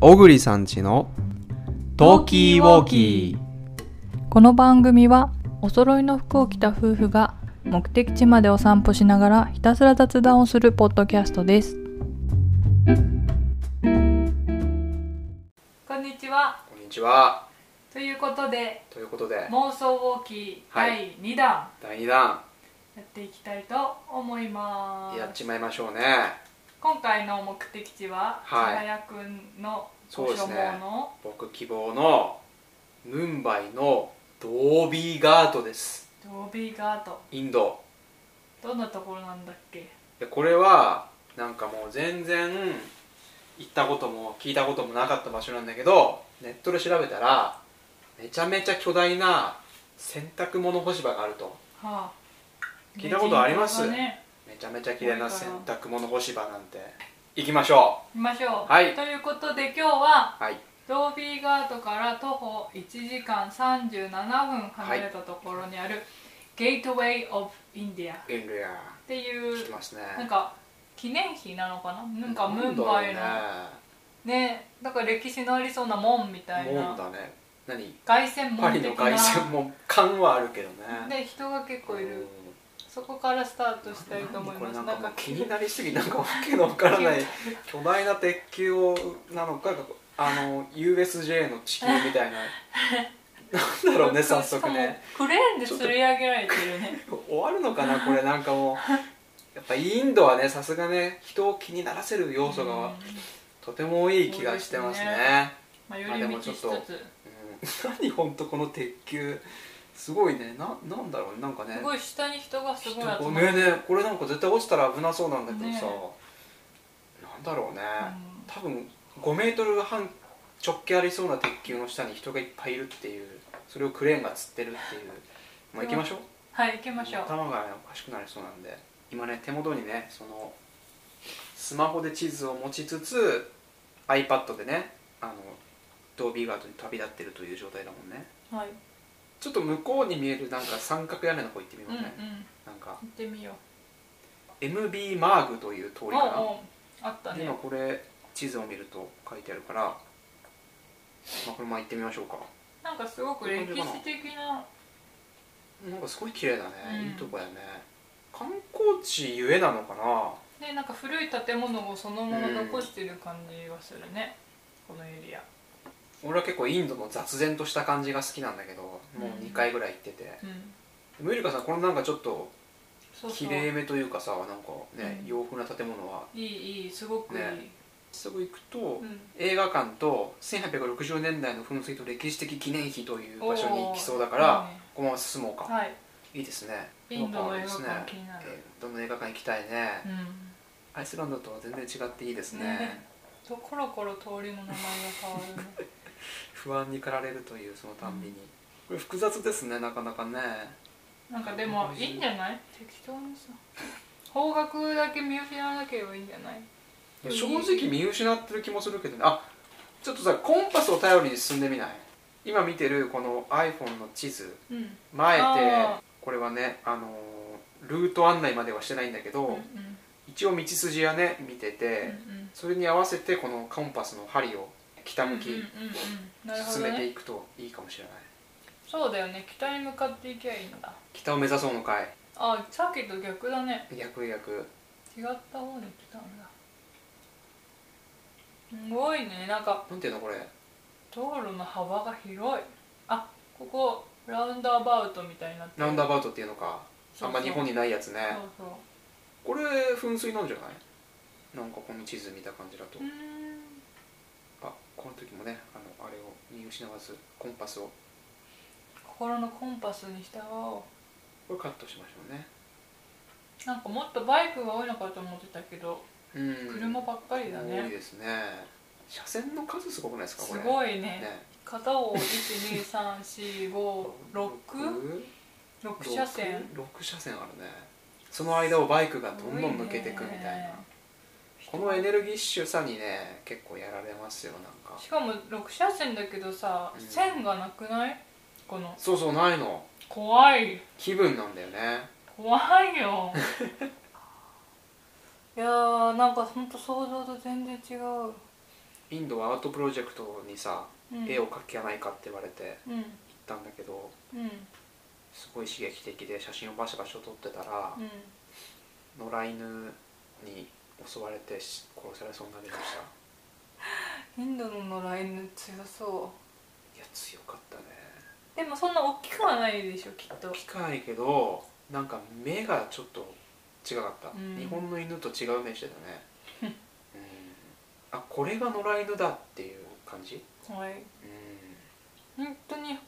小栗さんちのトーキーウォーキーこの番組はお揃いの服を着た夫婦が目的地までお散歩しながらひたすら雑談をするポッドキャストですこんにちはこんにちはということでということで妄想ウォーキーはい第2弾第2弾やっていきたいと思います、やっちまいましょうね今回の目的地は千はい早くんのそうですねご所望の僕希望のムンバイのドービーガートですドービーガートインドどんなところなんだっけでこれはなんかもう全然行ったことも聞いたこともなかった場所なんだけどネットで調べたらめちゃめちゃ巨大な洗濯物干し場があるとはあ聞いたことありますね人口がねめちゃめちゃ綺麗な洗濯物干し場なんて行きましょ行きましょう、はいということで今日はうはいドービーガートから徒歩1時間37分離れたところにある、ゲートウェイ・オブ・インディアっインドやてい聞きうますねなんか記念碑なのかななんかムンなバんイのだねろなんか歴史のありそうな門みたういね門なだね何凱旋パ門リ的のな凱旋も感はあるけどねで人が結構いうんるそこからスタートしたいと思いこまれすななんんかもかう気になりすぎなんかわけのわからない巨大な鉄球をなのかあの USJ の地球み たいななんだろうね早速ねしかもクレーンで吊り上げられてるね終わるのかなこれなんかもうやっぱインドはねさすがね人を気にならせる 要素うんがとても多い気がしてますそうですねままあ、あ寄でり道もちょしっつとつうん、 何本当この鉄球すごいねななんだろうねなんかねすごい下に人がすごい集まって人ねねこれなんか絶対落ちたら危なそうなんだけどさ、ねなんだろうね、うん多分5メートル半直径ありそうな鉄球の下に人がいっぱいいるっていうそれをクレーンが吊ってるっていうまあ行きましょうはい行きましょう頭がねおかしくなりそうなんで今ね手元にねそのスマホで地図を持ちつつ iPad でねあのドービーガートに旅立ってるという状態だもんねはいちょっと向こうに見えるなんか三角屋根の方行ってみようんううん行ね、なんかってみよう MB マーグという通おりうかなおうあったでね今これ地図を見ると書いてあるから、まあ、これまあ行ってみましょうかなんかすごく歴史的ななんかすごい綺麗だね、うんいいとこやね観光地ゆえなのかなねなんか古い建物をそのまま残してる感じがするねこのエリア俺は結構インドの雑然とした感じが好きなんだけどもう2回ぐらい行ってて、うんムイルカさんこのなんかちょっとそうそきうれいめというかさなんかね、うん洋風な建物はいいいいすごくいい、ねすぐ行くと、うん映画館と1860年代の噴水と歴史的記念碑という場所に行きそうだかおらーいいねこのまま進もうかはいいいですねインドの映な画んかあれで館す気ねになる、えーどの映画館行きたいね、うんアイスランドとは全然違っていいですねねとコロコロ通りの名前が変わるね不安に駆られるというそのたんびに、これ複雑ですねなかなかねなんかでもいいんじゃない適当にさ方角だけ見失わなければいいんじゃないいやうん正直見失ってる気もするけどねあちょっとさコンパスを頼りに進んでみない今見てるこの iPhone の地図うん前であこれはねあのールート案内まではしてないんだけど、うんうん一応道筋はね見てて、うんうんそれに合わせてこのコンパスの針を北向うんうんきうんなるほ進どめてねいくといいかもしれない、そうだよね北に向かっていけばいいんだ北を目指そうのかいあさっきと逆だね逆逆違った方に来たんだすごいねなんかなんていうのこれ道路の幅が広いあここラウンドアバウトみたいになってるラウンドアバウトっていうのかそうそうあんま日本にないやつねそうそうこれ噴水なんじゃないなんかこの地図見た感じだと、うーんあこの時もねあのあれを見失わずコンパスを心のコンパスに従おうこれカットしましょうねなんかもっとバイクが多いのかと思ってたけど、うん車ばっかりだ多いねですね車線の数すごくないですかこすれごいねね片を1234566六車線6車線あるねその間をバイクがどんどん抜けていくみたいなこのエネルギッシュさにね結構やられますよなんかしかも6車線だけどさ、うん線がなくないこのそうそうないの怖い気分なんだよね怖い よいやーなんかほんと想像と全然違うインドはアートプロジェクトにさ、うん絵を描きやないかって言われてうん行ったんだけどうんすごい刺激的で写真をバシャバシャ撮ってたらう、ん野良犬に襲われてし殺されそうになりましたいインドの野良犬強そや強かったねうでもそんな大きくはないでしょきっと大きくはないけどなんか目がちょっと違かった、うん日本の犬と違う目してた ねうんあこれが野良犬だっていう感じはいうん本当に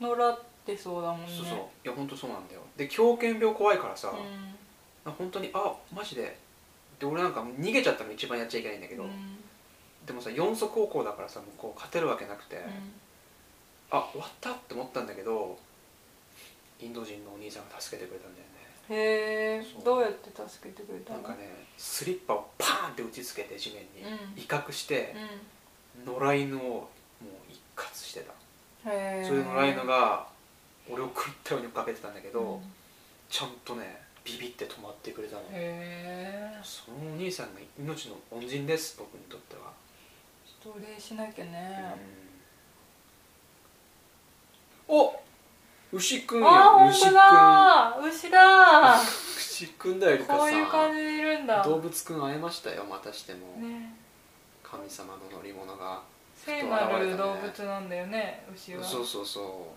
野良ってそうだもんねそうそういや本当そうなんだよで狂犬病怖いからさ、うん本当にあマジでで俺なんか逃げちゃったの一番やっちゃいけないんだけど、うんでもさ四足歩行だからさもうこう勝てるわけなくて、あ終わったって思ったんだけどインド人のお兄さんが助けてくれたんだよねうんへえそうどうやって助けてくれたなのんかねスリッパをパーンって打ちつけて地面に、うん威嚇して、野良犬をもう一括してた、うんへえそれで野良犬が俺を狂ったように追っかけてたんだけど、うんちゃんとねビビって止まってくれたの、へえそのお兄さんが命の恩人です僕にとっては、ちょっとお礼しなきゃね、お牛くんよあー本牛当くんだ牛だ 牛くんだよりかこういうさ感じでいるんだ動物くん会えましたよまたしても、ね神様の乗り物が聖なる動物なんだよね牛はそうそうそ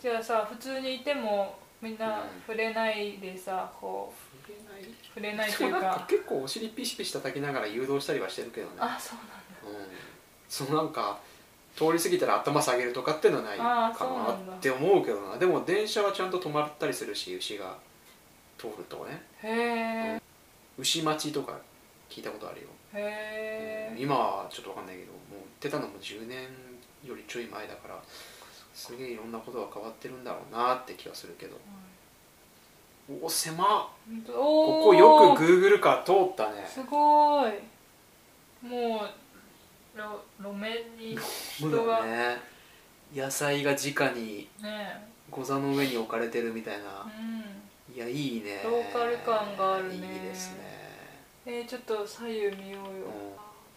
じゃあさ普通にいてもみんなうん触れないでさこう触れないう触れないっていうでもなんか結構お尻ピシピシ叩きながら誘導したりはしてるけどねあそうなんだうんそのなんか通り過ぎたら頭下げるとかっていうのはないあーかそうななんだって思うけどなでも電車はちゃんと止まったりするし牛が通るとねへ牛待ちとか聞いたことあるよ、えへえ今はちょっとわかんないけどもう出たのも10年よりちょい前だからすげえいろんなことが変わってるんだろうなって気はするけどおお狭っこおこおよく Google カー通ったねすごいもうろ路面にそう人がだね野菜が直にねご座の上に置かれてるみたいなうんいやいいねローカル感があるねいいですねえー、ちょっと左右見ようよ、うん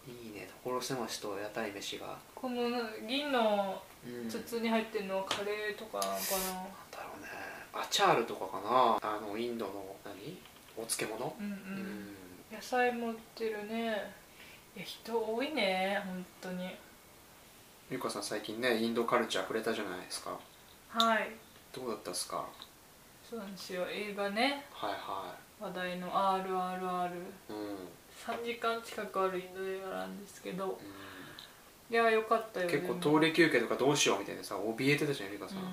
いいね所狭しと屋台飯がこの銀のうん筒に入ってるのはカレーとかなのかだろうねアチャールとかかなあのインドの何お漬物なうんううん、野菜も売ってるねいや人多いね本当にゆかさん最近ねインドカルチャー触れたじゃないですかはいどうだったっすかそうなんですよ映画ねはいは話題の「RRR」いうん、うん3時間近くあるインド映画なんですけどいや良かったよ結構で通もり休憩とかどうしようみたいなさ怯えてたじゃんゆかうさん、んい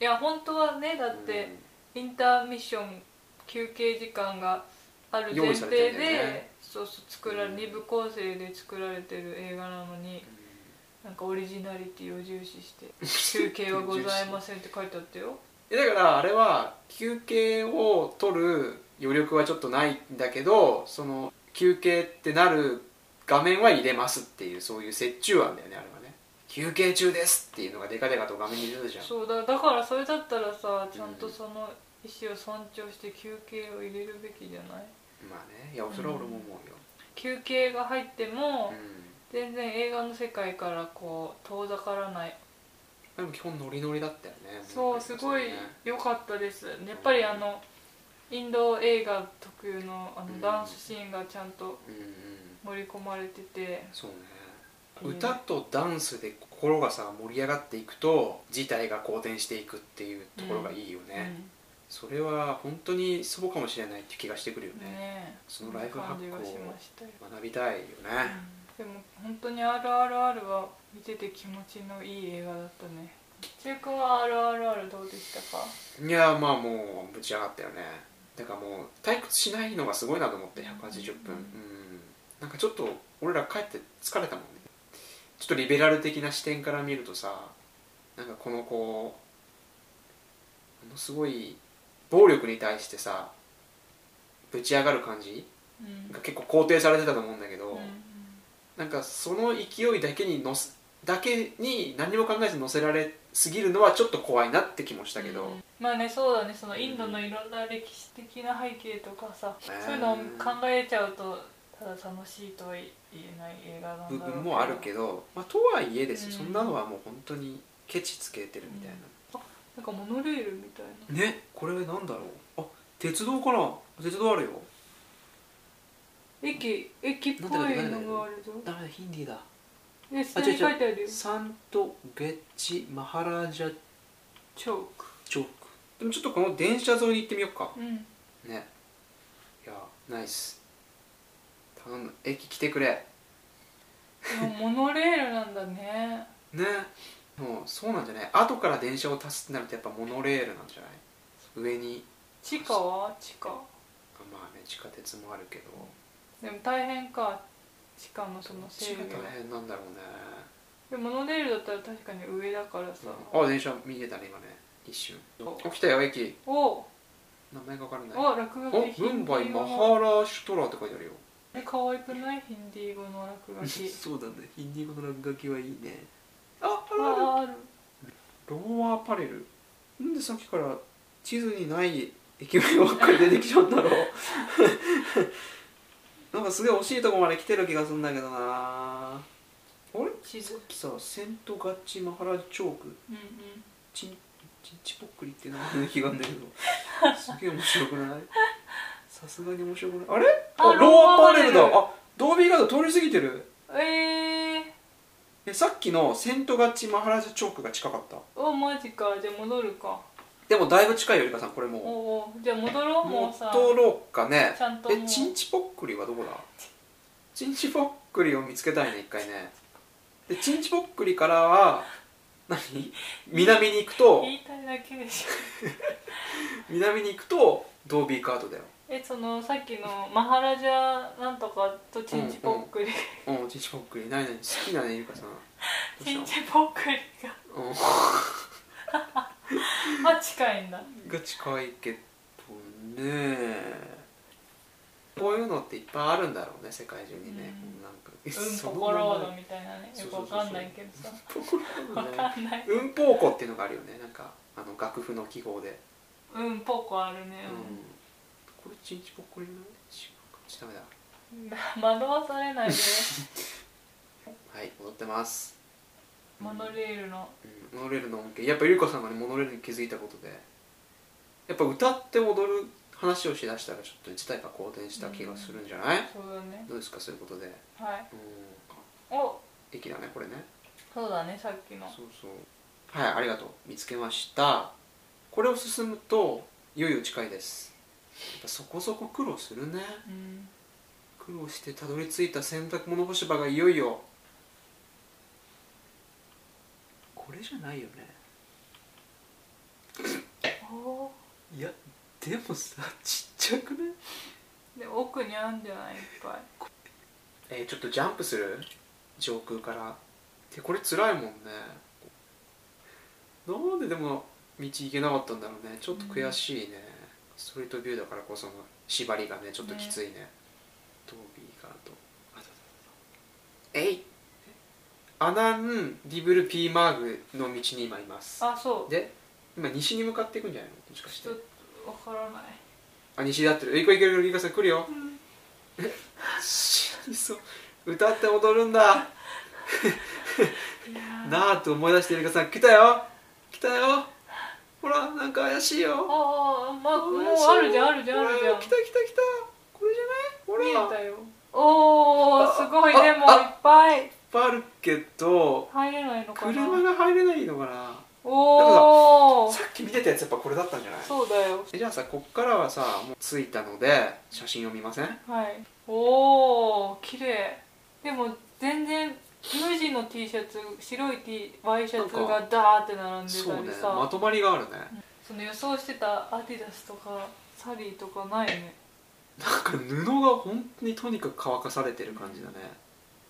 や本当はねだって、インターミッション休憩時間がある用前提で、意されてんだよねそうそう作られ、うん二部構成で作られてる映画なのにうんなんかオリジナリティを重視して休憩はございませんって書いてあった よえだからあれは休憩を取る余力はちょっとないんだけどその休憩ってなる画面は入れますっていうそういう折衷案だよねあれはね休憩中ですっていうのがデカデカと画面に出てたじゃんそうだだからそれだったらさちゃんとその意思を尊重して休憩を入れるべきじゃないまあねいやそれは俺も思うよ、休憩が入ってうもん全然映画の世界からこう遠ざからないでも基本ノリノリだったよねそうすごいね良かったですやっぱりあのインド映画特有のあうのんダンスシーンがちゃんとうんうん盛り込まれてて、そうねうん歌とダンスで心がさ盛り上がっていくと事態が好転していくっていうところがいいよね、それは本当にそうかもしれないって気がしてくるようんねねそのライフハックをそんな感じがしましたよ、学びたいよね、うんでも本当に「RRR」は見てて気持ちのいい映画だったね中君は「RRR」どうでしたかいやまあもうぶち上がったよねだからもう退屈しないのがすごいなと思って180分ううんんなんかちょっと俺ら帰って疲れたもんねちょっとリベラル的な視点から見るとさなんかこのこうものすごい暴力に対してさぶち上がる感じうんが結構肯定されてたと思うんだけど、うんなんかその勢いだけにのすだけに何も考えず乗せられすぎるのはちょっと怖いなって気もしたけど、うんまあねそうだねそのインドのいろんな歴史的な背景とかさ、うんそういうのを考えちゃうとただ楽しいとは言えない映画なんだ部ろう分もあるけど、まあ、とはいえですよ、うんそんなのはもう本当にケチつけてるみたいなんかモノレールみたいなな、ねこれなんだろうあ鉄道かな鉄道あるよ駅駅っぽいのがあるぞダメだヒンディーだえ下に書いてあるよサントベッチマハラージャチョークチョークでもちょっとこの電車沿いに行ってみようかうんねいやナイス頼む駅来てくれでもモノレールなんだねねもうそうなんじゃない後から電車を足すってなるとやっぱモノレールなんじゃない上に地下は地下まあね地下鉄もあるけどでも大変か地下のその整地下備が大変なんだろうねでモノレールだったら確かに上だからさ、あ電車見えたね今ね一瞬起きたよ駅お名前がわからないお落あ書きムンバイマ語のハーラーシュトラーって書いてあるよえ可愛くないヒンディー語の落書きそうだねヒンディー語の落書きはいいねああるあるああるローアパレルなんでさっきから地図にない駅名ばっかり出てきちゃうんだ ろうなんかすごい惜しいとこまで来てる気がするんだけどなあれ地図さセントガッチマハラジチョークうんうんチンチンチポックリって名前の気があるんだ けどすげえ面白くないさすがに面白くないあれああローアパレルだローアパレルあドービーガード通り過ぎてるえええさっきのセントガッチマハラジャチョークが近かったー、おマジかじゃあ戻るかでもだいぶ近いよりかさんこれもうおおじゃあ戻ろうもうさ戻ろうかねちゃんともえうチンチポックリはどこだチンチポックリを見つけたいね一回ねでチンチポックリからは何南に行くと言いたいだけでしょ南に行くとドービーカートだよえそのさっきのマハラジャなんとかとチンチポックリ、うんチンチポックリないない好きなねゆかさんどうチンしチポックリたのが あ近いんだうんが近いけどねこういうのっていっぱいあるんだろうね世界中にね、うんなんかうんそこのこロまードまみたいなねそようそうくそうわそうかんないけどさポわックリかんないうんぽうこっていうのがあるよねなんかあの楽譜の記号で、うんポコあるね、これちんちぽっこりの違うかちょっとダメだうん、 惑わされないではい戻ってます、モノレールのうん、モノレールの恩恵やっぱゆりこさんがねモノレールに気づいたことでやっぱ歌って踊る話をしだしたらちょっと事態が好転した気がするんじゃない、そうだねどうですかそういうことでうんはいお駅だねこれねそうだねさっきのそうそうはいありがとう見つけましたこれを進むといよいよ近いですやっぱそこそこ苦労するねうん苦労してたどり着いた洗濯物干し場がいよいよこれじゃないよねおーいやでもさちっちゃくねで奥にあんじゃないいっぱいえーちょっとジャンプする上空からでこれ辛いもんねなんででも道行けなかったんだろうねちょっと悔しいね、ストリートビューだからこその縛りがねちょっときついねドービーからとあだだだだえいアナン・ディブル・ピーマーグの道に今いますあそうで今西に向かっていくんじゃないのもしかしてちょっとわからないあ西で合ってるえいこいけるいこいさん来るようん 死にそう歌って踊るんだいやーなあと思い出してるかさん来たよ来たよほらなんか怪しいよああまあもう怪しいよあるじゃんあるじゃんあるじゃんほら来た来た来たこれじ見ゃないほらえたよおあおすごいあでもあいっぱいいっぱいあるけど入れないのかな車が入れないのかなおおさっき見てたやつやっぱこれだったんじゃないそうだよえじゃあさこっからはさもう着いたので写真を見ませんはいおお綺麗でも全然無地の T シャツ白い T ワイシャツながダーって並んでそうねたりまさとまりがあるねその予想してたアディダスとかサリーとかないねなんか布が本当にとにかく乾かされてる感じだね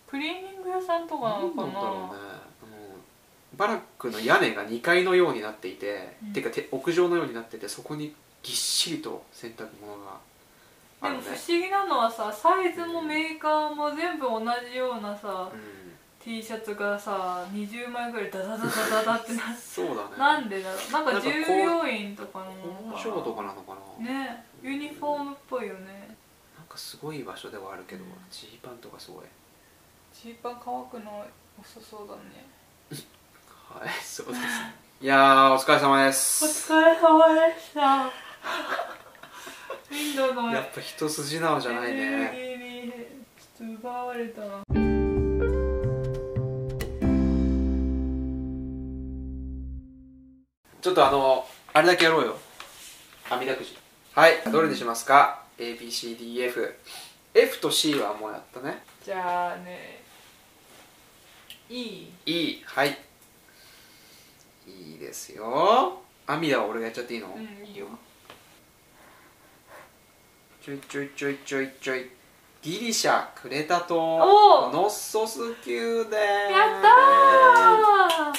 クリーニング屋さんとかなの何かなんだろうねなうんバラックの屋根が2階のようになっていて、うんてかて屋上のようになっててそこにぎっしりと洗濯物があでるもね不思議なのはさサイズもメーカーも全部同じようなさうん T シャツがさ20枚ぐらいダダダダダダってなそうだねなんでだろうなんなかんかこう従業員とかなの工か場なとかなのかな、ねユニフォームっぽいよねなんかすごい場所ではあるけどジー、パンとかすごいジーパン乾くの遅そうだねはいそうですねいやーお疲れ様ですれ様でした ウィンドウのやっぱ一筋縄じゃないねエネルギーにちょっと奪われたなちょっとあのあれだけやろうよあみだくじはいどれにしますか ABCDFF と C はもうやったねじゃあねいいいいはいいいですよアミダは俺がやっちゃっていいの、うんいいよちょいちょいちょいちょいちょいギリシャクレタ島おーノッソス級でーやはっいた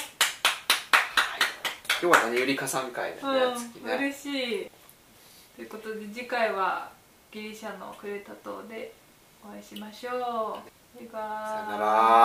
今日はねゆりかさん会だね、ー、次うん、ね嬉しいということで次回はギリシャのクレタ島でお会いしましょうバイバーイさよなら